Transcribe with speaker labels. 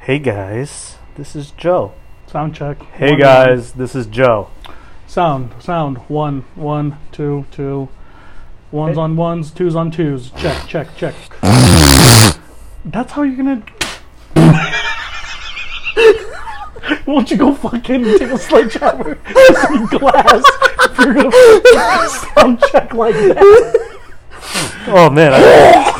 Speaker 1: Hey guys, this is Joe.
Speaker 2: Sound check.
Speaker 1: Hey
Speaker 2: One,
Speaker 1: guys, this is Joe.
Speaker 2: Sound, sound. One, one, two, two. Ones on ones, twos on twos. Check, check, check. That's how you're gonna. Won't you go fucking take a sledgehammer to some glass if you're gonna fucking sound check like that?
Speaker 1: Oh man, I,